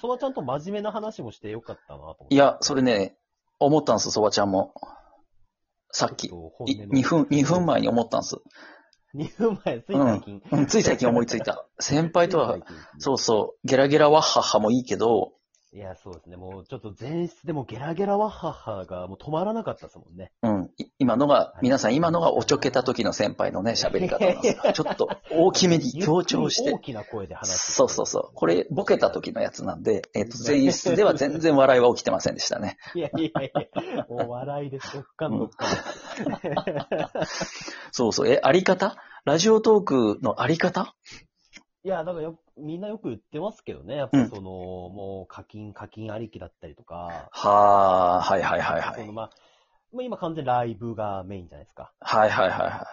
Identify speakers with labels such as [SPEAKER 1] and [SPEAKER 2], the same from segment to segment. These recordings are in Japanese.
[SPEAKER 1] そばちゃんと真面目な話もしてよかったなと思って。
[SPEAKER 2] いや、それね、思ったんです、そばちゃんも。さっき
[SPEAKER 1] ち。ょっと本音の
[SPEAKER 2] 2分、2分 前に思ったんです。
[SPEAKER 1] 2分前、つい最近。
[SPEAKER 2] うん、つい最近思いつ いた。先輩とは、
[SPEAKER 1] そ
[SPEAKER 2] そうそう、ゲラゲラワッハッハもいいけど、
[SPEAKER 1] う。いや、そうですね。もうちょっと前室でもゲラゲラワッハッハがもう止まらなかったですもん ね。
[SPEAKER 2] うん、い今のが、皆さん今のがおちょけた時の先輩 のね、喋り方なんですよ。ちょっと大きめに強調し。
[SPEAKER 1] ゆってくり大きな声で話す。
[SPEAKER 2] そうそうそう。これ、ボケた時のやつなんで、えっ、と、前室では全然笑いは起きてませんでしたね。
[SPEAKER 1] いやいやいや、お笑いです。どっかのどっか
[SPEAKER 2] そうそう。え、あり方ラジオトークのあり方
[SPEAKER 1] いや、だからよ、みんなよく言ってますけどね。やっぱその、もう課金、課金ありきだったりとか。
[SPEAKER 2] はあ、はいはいはいは
[SPEAKER 1] その
[SPEAKER 2] い。
[SPEAKER 1] まあ、まあ今完全にライブがメインじゃないですか。
[SPEAKER 2] はいはいはいは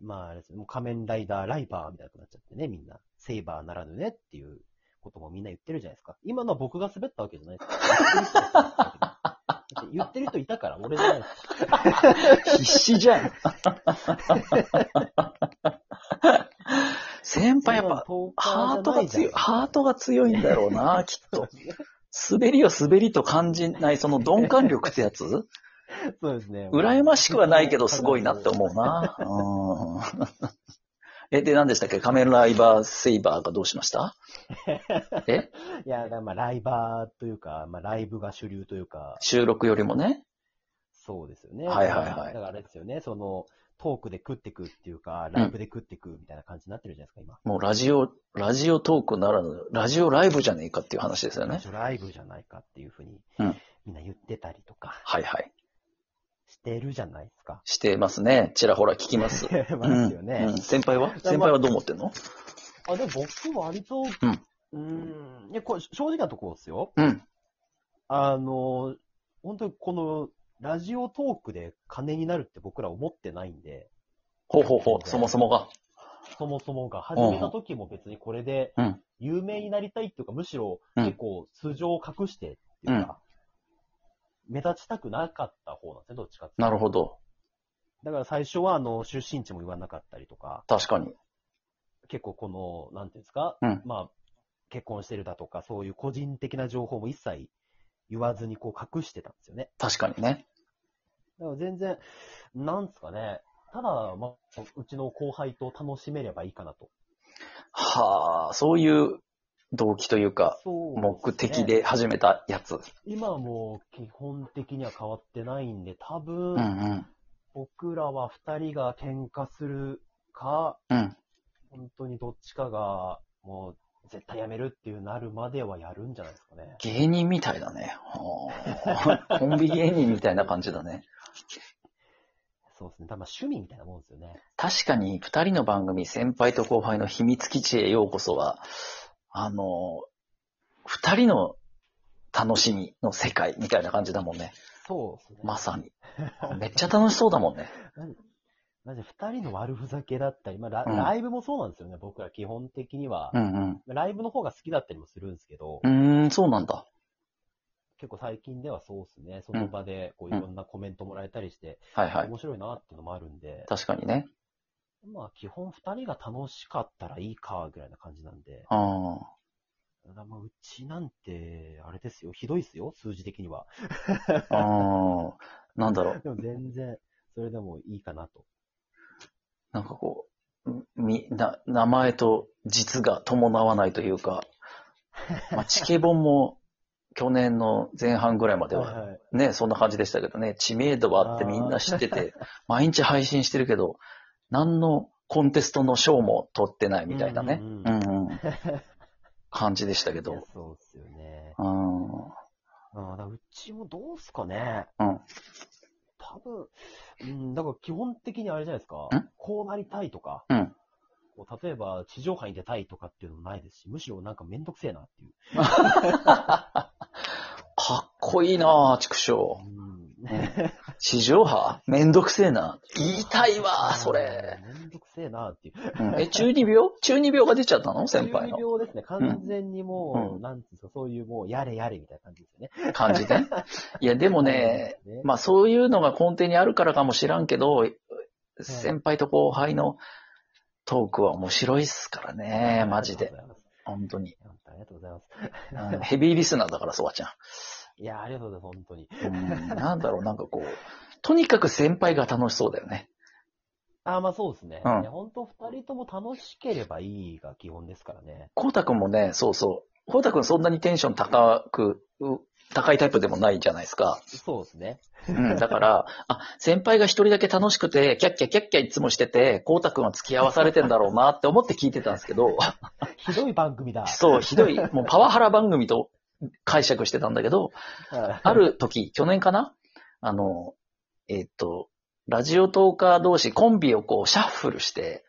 [SPEAKER 1] まああれですね、もう仮面ライダー、ライバーみたいなことになっちゃってね、みんな。セイバーならぬねっていうこともみんな言ってるじゃないですか。今のは僕が滑ったわけじゃないですか。言ってる人いたから、俺じゃないです。
[SPEAKER 2] い。必死じゃん。先輩やっぱ、
[SPEAKER 1] トーカ
[SPEAKER 2] ハー
[SPEAKER 1] じ
[SPEAKER 2] ト
[SPEAKER 1] ゃな
[SPEAKER 2] が
[SPEAKER 1] いじゃん
[SPEAKER 2] 強い、ハートが強いんだろう な、きっと。滑りを滑りと感じない、その鈍感力ってや つ
[SPEAKER 1] そうですね。
[SPEAKER 2] 羨ましくはないけど、すごいなって思うな。うん え、で、何でしたっけ仮面ライバー、セイバーがどうしましたえ
[SPEAKER 1] いや、だからまあ、ライバーというか、まあ、ライブが主流というか、
[SPEAKER 2] 収録よりもね。
[SPEAKER 1] そうですよね。
[SPEAKER 2] はいはいは
[SPEAKER 1] だ
[SPEAKER 2] い
[SPEAKER 1] からあれですよね、その、トークで食ってくっていうか、ライブで食ってくみたいな感じになってるじゃないですか、今。
[SPEAKER 2] もうラジオ、ラジオトークならぬ、ラジオライブじゃねえかっていう話ですよね。
[SPEAKER 1] ライブじゃないかっていうふうに
[SPEAKER 2] うん、
[SPEAKER 1] みんな言ってたりとか、
[SPEAKER 2] はいはい。
[SPEAKER 1] してるじゃないですか。
[SPEAKER 2] してますね。ちらほら聞きます。
[SPEAKER 1] まあですよ
[SPEAKER 2] うんう
[SPEAKER 1] ね。
[SPEAKER 2] ん先輩は先輩はどう思ってんの
[SPEAKER 1] あ、でも僕割と、
[SPEAKER 2] うん
[SPEAKER 1] うん。いや、これ正直なところですよ。
[SPEAKER 2] うん。
[SPEAKER 1] あの、本当にこの、ラジオトークで金になるって僕ら思ってないんで、
[SPEAKER 2] ほうほうほう、そもそもが。
[SPEAKER 1] そもそもが始めた時も別にこれで
[SPEAKER 2] うん、
[SPEAKER 1] 有名になりたいっていうか、むしろ
[SPEAKER 2] うん
[SPEAKER 1] 結構素性を隠してっていうか、目立ちたくなかった方なんですね、どっちかっていうと
[SPEAKER 2] なるほど。
[SPEAKER 1] だから最初は、あの、出身地も言わなかったりとか、
[SPEAKER 2] 確かに。
[SPEAKER 1] 結構この、なんていうんですか、
[SPEAKER 2] うん
[SPEAKER 1] まあ、結婚してるだとか、そういう個人的な情報も一切言わずにこう隠してたんですよね。
[SPEAKER 2] 確かにね。
[SPEAKER 1] だから全然、なんですかね、ただ、まあ、うちの後輩と楽しめればいいかなと。
[SPEAKER 2] はあ、そういう動機というか、
[SPEAKER 1] そうすね
[SPEAKER 2] 目的。で始めたやつ。
[SPEAKER 1] 今はもう基本的には変わってないんで、多分、
[SPEAKER 2] うんうん。
[SPEAKER 1] 僕らは二人が喧嘩するか、
[SPEAKER 2] うん。
[SPEAKER 1] 本当にどっちかが、もう、絶対やめるっていうなるまではやるんじゃないですかね。
[SPEAKER 2] 芸人みたいだね。はあコンビ芸人みたいな感じだね。
[SPEAKER 1] そうですね。だからまあ趣味みたいなもんですよね。
[SPEAKER 2] 確かに、二人の番組、先輩と後輩の秘密基地へようこそは、あの、二人の楽しみの世界みたいな感じだもんね。
[SPEAKER 1] そうですね。
[SPEAKER 2] まさに。めっちゃ楽しそうだもんね。
[SPEAKER 1] まじ二人の悪ふざけだったり、まあラ、
[SPEAKER 2] うん
[SPEAKER 1] ライブもそうなんですよね。僕ら基本的には
[SPEAKER 2] う、ん
[SPEAKER 1] ライブの方が好きだったりもするんですけど、
[SPEAKER 2] うん。うーん、そうなんだ。
[SPEAKER 1] 結構最近ではそうですね。その場でこういろんなコメントもらえたりして、
[SPEAKER 2] はいはい。
[SPEAKER 1] 面白いなっていうのもあるんで、
[SPEAKER 2] 確かにね。
[SPEAKER 1] まあ基本二人が楽しかったらいいかぐらいな感じなんで、
[SPEAKER 2] あ
[SPEAKER 1] ただまあうちなんて、あれですよ。ひどいですよ、数字的には。
[SPEAKER 2] あ。ああ。なんだろう。
[SPEAKER 1] でも全然、それでもいいかなと。
[SPEAKER 2] なんかこう、み、な、名前と実が伴わないというか、まあ、チケボンも去年の前半ぐらいまでは、
[SPEAKER 1] いい。
[SPEAKER 2] ね、そんな感じでしたけどね、知名度はあってみんな知ってて、毎日配信してるけど、何のコンテストの賞も取ってないみたいなね、
[SPEAKER 1] う
[SPEAKER 2] うんん
[SPEAKER 1] う
[SPEAKER 2] うん感じでした
[SPEAKER 1] い
[SPEAKER 2] け
[SPEAKER 1] や
[SPEAKER 2] ど。
[SPEAKER 1] そうですよね。
[SPEAKER 2] うん
[SPEAKER 1] あーだからうちもどうすかね。
[SPEAKER 2] うん。
[SPEAKER 1] 多分、うん、だから基本的にあれじゃないですか
[SPEAKER 2] ん。
[SPEAKER 1] こうなりたいとか。
[SPEAKER 2] うん
[SPEAKER 1] こう例えば、地上波に出たいとかっていうのもないですし、むしろなんかめんどくせえなっていう。
[SPEAKER 2] かっこいいなぁ、畜生。
[SPEAKER 1] うん。
[SPEAKER 2] 地上波めんどくせえな。 言いたいわ、それ。
[SPEAKER 1] うん。めんどくせえなっていう。
[SPEAKER 2] うんえ、中二病中二病が出ちゃったの先輩
[SPEAKER 1] 中
[SPEAKER 2] の
[SPEAKER 1] 二病ですね。完全にもう、
[SPEAKER 2] うん
[SPEAKER 1] なんていうんですか、そういうもう、やれやれみたいな感じですよね。
[SPEAKER 2] 感 じで。いや、でも
[SPEAKER 1] そうで
[SPEAKER 2] ね、
[SPEAKER 1] すね、
[SPEAKER 2] まあそういうのが根底にあるからかもしらんけど、先輩と後輩のトークは面白いっすからね、マジで。
[SPEAKER 1] ありがとうございます。
[SPEAKER 2] 本当に。
[SPEAKER 1] 本当ありがとうございます。
[SPEAKER 2] あのヘビーリスナーだから、そばちゃん。
[SPEAKER 1] いや、ありがとうございます、本当に。
[SPEAKER 2] うんなんだろう、なんかこう、とにかく先輩が楽しそうだよね。
[SPEAKER 1] あーまあそうですね。
[SPEAKER 2] うん
[SPEAKER 1] いや本当二人とも楽しければいいが基本ですからね。
[SPEAKER 2] こうたくんもね、そうそう。こうたくんそんなにテンション高く、う高いタイプでもないじゃないですか。
[SPEAKER 1] そうですね。
[SPEAKER 2] うん、だから、あ、先輩が一人だけ楽しくて、キャッキャキャッキャいつもしてて、こうたくんは付き合わされてんだろうなって思って聞いてたんです けど、
[SPEAKER 1] ひどい番組だ。
[SPEAKER 2] そう、ひどい、もうパワハラ番組と解釈してたんだけど、ある時、去年かなあの、えっ、と、ラジオトーカー同士コンビをこうシャッフルして、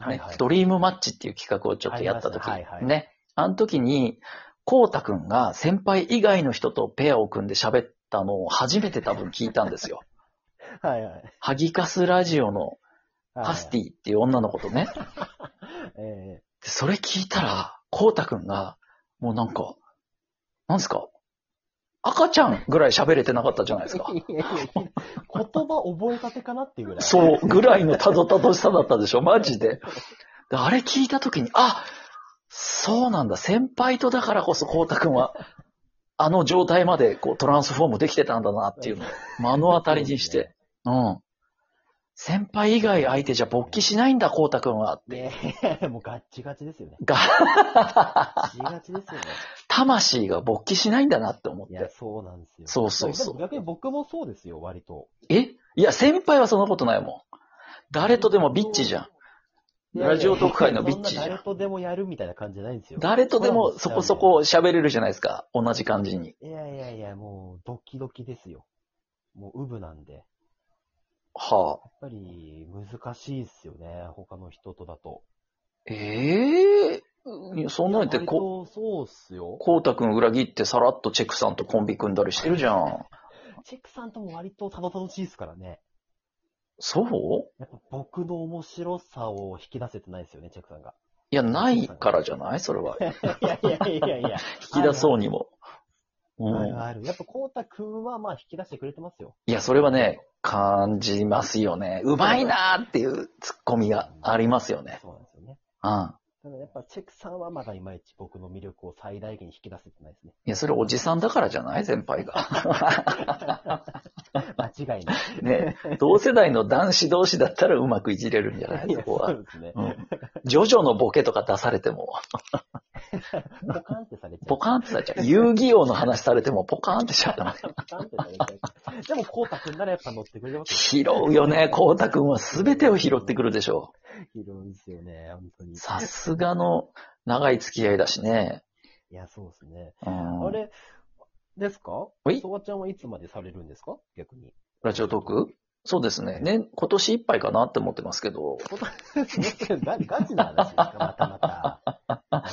[SPEAKER 1] はいはい
[SPEAKER 2] ね。ドリームマッチっていう企画をちょっとやった時、
[SPEAKER 1] ありましたはいはい
[SPEAKER 2] ね。あの時に、こうたくんが先輩以外の人とペアを組んで喋ったのを初めて多分聞いたんですよ。
[SPEAKER 1] はいはい。
[SPEAKER 2] ハギカスラジオのパステ
[SPEAKER 1] ィ。
[SPEAKER 2] ィっていう女の子とね。
[SPEAKER 1] え
[SPEAKER 2] でそれ聞いたら、こうたくんが、もうなんか、なんですか赤ちゃんぐらい喋れてなかったじゃないですか
[SPEAKER 1] え。いやいやいや言葉覚えたてかなっていうぐらい。
[SPEAKER 2] そう、ぐらいのたどたどしさだったでしょ、マジで。であれ聞いたときに、あそうなんだ、先輩とだからこそ、こうたくんは、あの状態までこうトランスフォームできてたんだなっていうのを目の当たりにし
[SPEAKER 1] そうで
[SPEAKER 2] て、うん。先輩以外相手じゃ勃起しないんだ、こうたくんはって。
[SPEAKER 1] ね。ねもうガッチガチですよね。
[SPEAKER 2] が、
[SPEAKER 1] ガチガチですよね。
[SPEAKER 2] 魂が勃起しないんだなって思っ
[SPEAKER 1] いや、
[SPEAKER 2] て。
[SPEAKER 1] そうなんですよ。
[SPEAKER 2] そうそうそう
[SPEAKER 1] でも逆に僕もそうですよ、割と。
[SPEAKER 2] えいや、先輩はそんなことないもん。誰とでもビッチじゃん。ラジオ特会のビッチじゃん
[SPEAKER 1] そんな誰とでもやるみたいな感じじゃないんですよ。
[SPEAKER 2] 誰とでもそこそこ喋れるじゃないですか。同じ感じに。
[SPEAKER 1] いやいやいや、もうドキドキですよ。もうウブなんで。や
[SPEAKER 2] はあ。
[SPEAKER 1] っぱり難しいっすよね、他の人とだと。
[SPEAKER 2] ええそんなんってこ、
[SPEAKER 1] 割とそうっすよ。
[SPEAKER 2] こうたくん裏切ってさらっとチェックさんとコンビ組んだりしてるじゃん。
[SPEAKER 1] チェックさんとも割とたどたどしいっすからね。
[SPEAKER 2] そう
[SPEAKER 1] やっぱ僕の面白さを引き出せてないですよね、チェックさんが。
[SPEAKER 2] いや、ないからじゃないそれ は。
[SPEAKER 1] いやいやいやいや。
[SPEAKER 2] 引き出そうにも。う
[SPEAKER 1] ある
[SPEAKER 2] ん。
[SPEAKER 1] ある。やっぱこうたくんはまあ引き出してくれてますよ。
[SPEAKER 2] いや、それはね、感じますよね。うまいなーっていうツッコミがありますよね。
[SPEAKER 1] そうなんですよね。
[SPEAKER 2] うん。
[SPEAKER 1] ただやっぱチェックさんはまだいまいち僕の魅力を最大限に引き出せてないですね。
[SPEAKER 2] いや、それおじさんだからじゃない先輩が。
[SPEAKER 1] 間違いない。
[SPEAKER 2] ね。同世代の男子同士だったらうまくいじれるんじゃない
[SPEAKER 1] い
[SPEAKER 2] そ
[SPEAKER 1] や
[SPEAKER 2] こ
[SPEAKER 1] そ
[SPEAKER 2] は。
[SPEAKER 1] うですね。
[SPEAKER 2] うん。ジョジョのボケとか出されても。
[SPEAKER 1] ポカンってされちゃう。
[SPEAKER 2] ポカーンってされちゃう。遊戯王の話されてもポカーンってしちゃうからね。
[SPEAKER 1] ポカンってされちゃう。でも、こうたくんならやっぱ乗ってくれてます
[SPEAKER 2] 拾うよね。こうたくんは全てを拾ってくるでしょ
[SPEAKER 1] よ。拾うんですよね、本当に。
[SPEAKER 2] う。
[SPEAKER 1] い
[SPEAKER 2] さすがの長い付き合いだしね。
[SPEAKER 1] や、そうですね。
[SPEAKER 2] うん
[SPEAKER 1] あれ、ですか
[SPEAKER 2] はい
[SPEAKER 1] そばちゃんはいつまでされるんですか逆に。
[SPEAKER 2] ラジオトークそうですね。ね、今年いっぱいかなって思ってますけど。
[SPEAKER 1] ガガチな話ですかまたまた。またま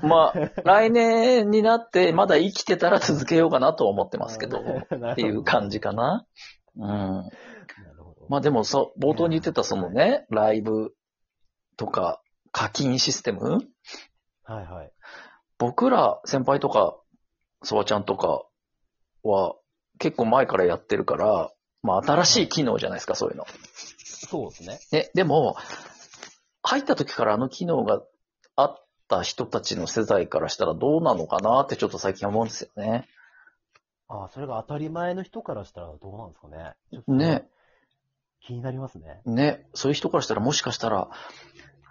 [SPEAKER 1] た。
[SPEAKER 2] まあ、来年になってまだ生きてたら続けようかなと思ってます けど。
[SPEAKER 1] っ
[SPEAKER 2] っていう感じかな。うん。
[SPEAKER 1] なるほど。
[SPEAKER 2] まあでもさ、冒頭に言ってたそのね、ライブとか課金システム
[SPEAKER 1] はいはい。
[SPEAKER 2] 僕ら先輩とか、そばちゃんとかは結構前からやってるから、まあ新しい機能じゃないですか、そういうの。
[SPEAKER 1] そうですね。
[SPEAKER 2] ね、でも、入った時からあの機能があった人たちの世代からしたらどうなのかなってちょっと最近思うんですよね。
[SPEAKER 1] ああ、それが当たり前の人からしたらどうなんですかね。ちょっと
[SPEAKER 2] ね、
[SPEAKER 1] 気になりますね。
[SPEAKER 2] ね、そういう人からしたらもしかしたら、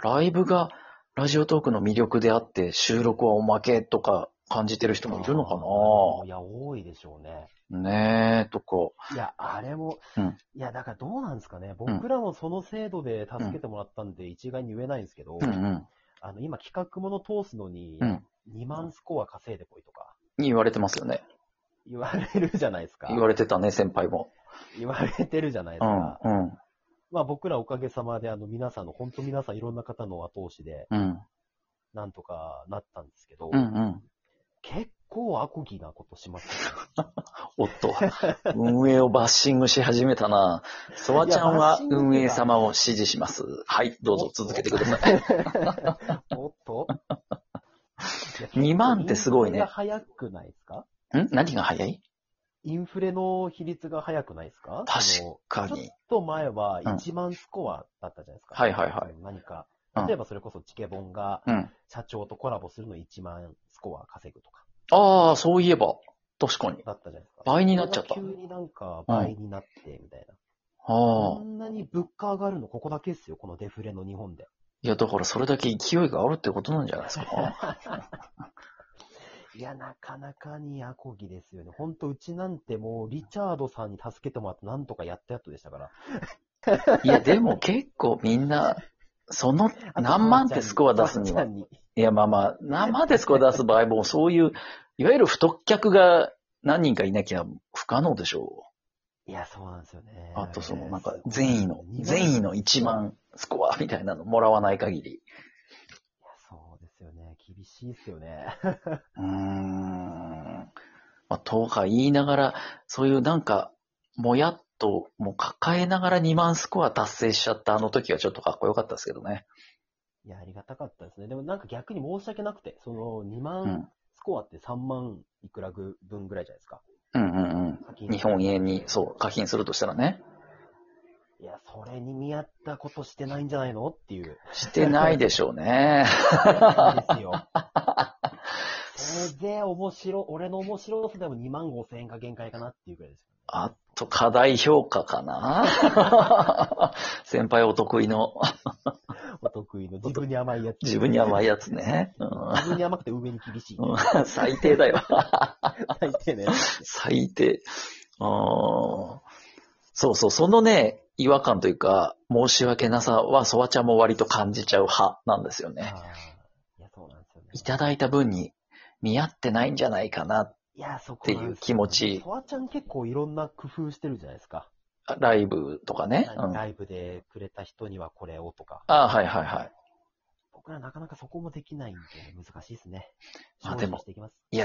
[SPEAKER 2] ライブがラジオトークの魅力であって、収録はおまけとか感じてる人もいるの
[SPEAKER 1] い
[SPEAKER 2] か
[SPEAKER 1] や、多いでしょうね。
[SPEAKER 2] なねえ、とか。
[SPEAKER 1] いや、あれも、
[SPEAKER 2] うん
[SPEAKER 1] いや、だからどうなんですかね。僕らもその制度で助けてもらったんで、一概に言えないんですけど、
[SPEAKER 2] うん
[SPEAKER 1] あの、今企画もの通すのに
[SPEAKER 2] う、ん。うん。
[SPEAKER 1] 2万スコア稼いでこいとか、
[SPEAKER 2] 言われてますよね。
[SPEAKER 1] 言われるじゃないですか。
[SPEAKER 2] 言われてたね、先輩も。
[SPEAKER 1] 言われてるじゃないです
[SPEAKER 2] う
[SPEAKER 1] か。
[SPEAKER 2] ん、うん、
[SPEAKER 1] まあ僕らおかげさまで、あの、皆さんの、本当皆さんいろんな方の後押しで、
[SPEAKER 2] うん、
[SPEAKER 1] なんとかなったんですけど、
[SPEAKER 2] うん、うん。
[SPEAKER 1] 結構アコギなことします よね。
[SPEAKER 2] おっ と、運営をバッシングし始めたな。ソワちゃん
[SPEAKER 1] いやバッ
[SPEAKER 2] は
[SPEAKER 1] シングっていうか
[SPEAKER 2] 運営様を支持します。はい、どうぞ続けてください。
[SPEAKER 1] おっと
[SPEAKER 2] 2万ってすごいね
[SPEAKER 1] インフレが早くないですか
[SPEAKER 2] ん何が早い
[SPEAKER 1] インフレの比率が早くないですか
[SPEAKER 2] 確
[SPEAKER 1] あの
[SPEAKER 2] か
[SPEAKER 1] ちょ
[SPEAKER 2] に
[SPEAKER 1] っ。と前は
[SPEAKER 2] うん
[SPEAKER 1] 1万スコアだったじゃないですか。
[SPEAKER 2] はいはいはい
[SPEAKER 1] 何か、
[SPEAKER 2] うん
[SPEAKER 1] 例えばそれこそチケボンが
[SPEAKER 2] うん。
[SPEAKER 1] 社長とコラボするの1万スコア稼ぐとか、
[SPEAKER 2] ああ、そういえば、確かに。
[SPEAKER 1] だったじゃないですか。
[SPEAKER 2] 倍になっちゃった
[SPEAKER 1] 急になんか倍になって、みたいな。
[SPEAKER 2] あ
[SPEAKER 1] こ
[SPEAKER 2] あ。
[SPEAKER 1] んなに物価上がるのここだけですよ、このデフレの日 本で。
[SPEAKER 2] いや、だからそれだけ勢いがあるってことなんじゃないですか。
[SPEAKER 1] いや、なかなかにアコギですよね。ほんと、うちなんてもう、リチャードさんに助けてもらって、なんとかやったやっとでしたから。
[SPEAKER 2] い や、でも結構みんな、その何万ってスコア出すに
[SPEAKER 1] ワ
[SPEAKER 2] は
[SPEAKER 1] ンちゃ、んに
[SPEAKER 2] いや、まあまあ、生でスコア出す場合も、そういう、いわゆる太客が何人かいなきゃ不可能でしょ
[SPEAKER 1] いや、そうなんですよね。
[SPEAKER 2] う。あと、その、なんか
[SPEAKER 1] す、ごい
[SPEAKER 2] 善意の、善意の1。
[SPEAKER 1] いや
[SPEAKER 2] 万スコアみたいなのもらわない限り。
[SPEAKER 1] そうですよね。厳しいですよね。
[SPEAKER 2] うーん。まあ、とか言いながら、そういうなんか、もやっと、もう抱えながら2万スコア達成しちゃったあの時はちょっとかっこよかったですけどね。
[SPEAKER 1] いや、ありがたかったですね。でもなんか逆に申し訳なくて、その2
[SPEAKER 2] うん。う
[SPEAKER 1] 万
[SPEAKER 2] ん
[SPEAKER 1] スコアって3万いくらぐ分ぐらいじゃないですか。
[SPEAKER 2] うんうん。
[SPEAKER 1] 課金
[SPEAKER 2] 日本円に、そう、課金するとしたらね。
[SPEAKER 1] いや、それに見合ったことしてないんじゃないのって いう。
[SPEAKER 2] してないでしょうね。
[SPEAKER 1] ですよ。それで面白、俺の面白さでも2万5千円が限界かなっていうくらいです。
[SPEAKER 2] あと、課題評価かな 先輩お得意の、
[SPEAKER 1] お得意の自分に甘いやつ。
[SPEAKER 2] 自分に甘い
[SPEAKER 1] や
[SPEAKER 2] やつね。う
[SPEAKER 1] 自分に甘くて上に厳しい。
[SPEAKER 2] んうん最低だよ。
[SPEAKER 1] 大抵ね。
[SPEAKER 2] 最低。あーそうそう、そのね、違和感というか、申し訳なさは、ソワちゃんも割と感じちゃう派なんですよ
[SPEAKER 1] あー
[SPEAKER 2] ね。
[SPEAKER 1] いや、そうなんですよね。
[SPEAKER 2] いただいた分に見合ってないんじゃないかな。
[SPEAKER 1] いや、そこなんですよ
[SPEAKER 2] っていう気持ち
[SPEAKER 1] フワちゃん結構いろんな工夫してるじゃないですか。
[SPEAKER 2] ライブとかね。うん、あ
[SPEAKER 1] ライブでくれた人にはこれをとか。
[SPEAKER 2] あー、はいはいはい。
[SPEAKER 1] 僕らなかなかそこもできないんで、難しいですね。
[SPEAKER 2] まあで
[SPEAKER 1] 精進
[SPEAKER 2] も
[SPEAKER 1] していきます。
[SPEAKER 2] いや、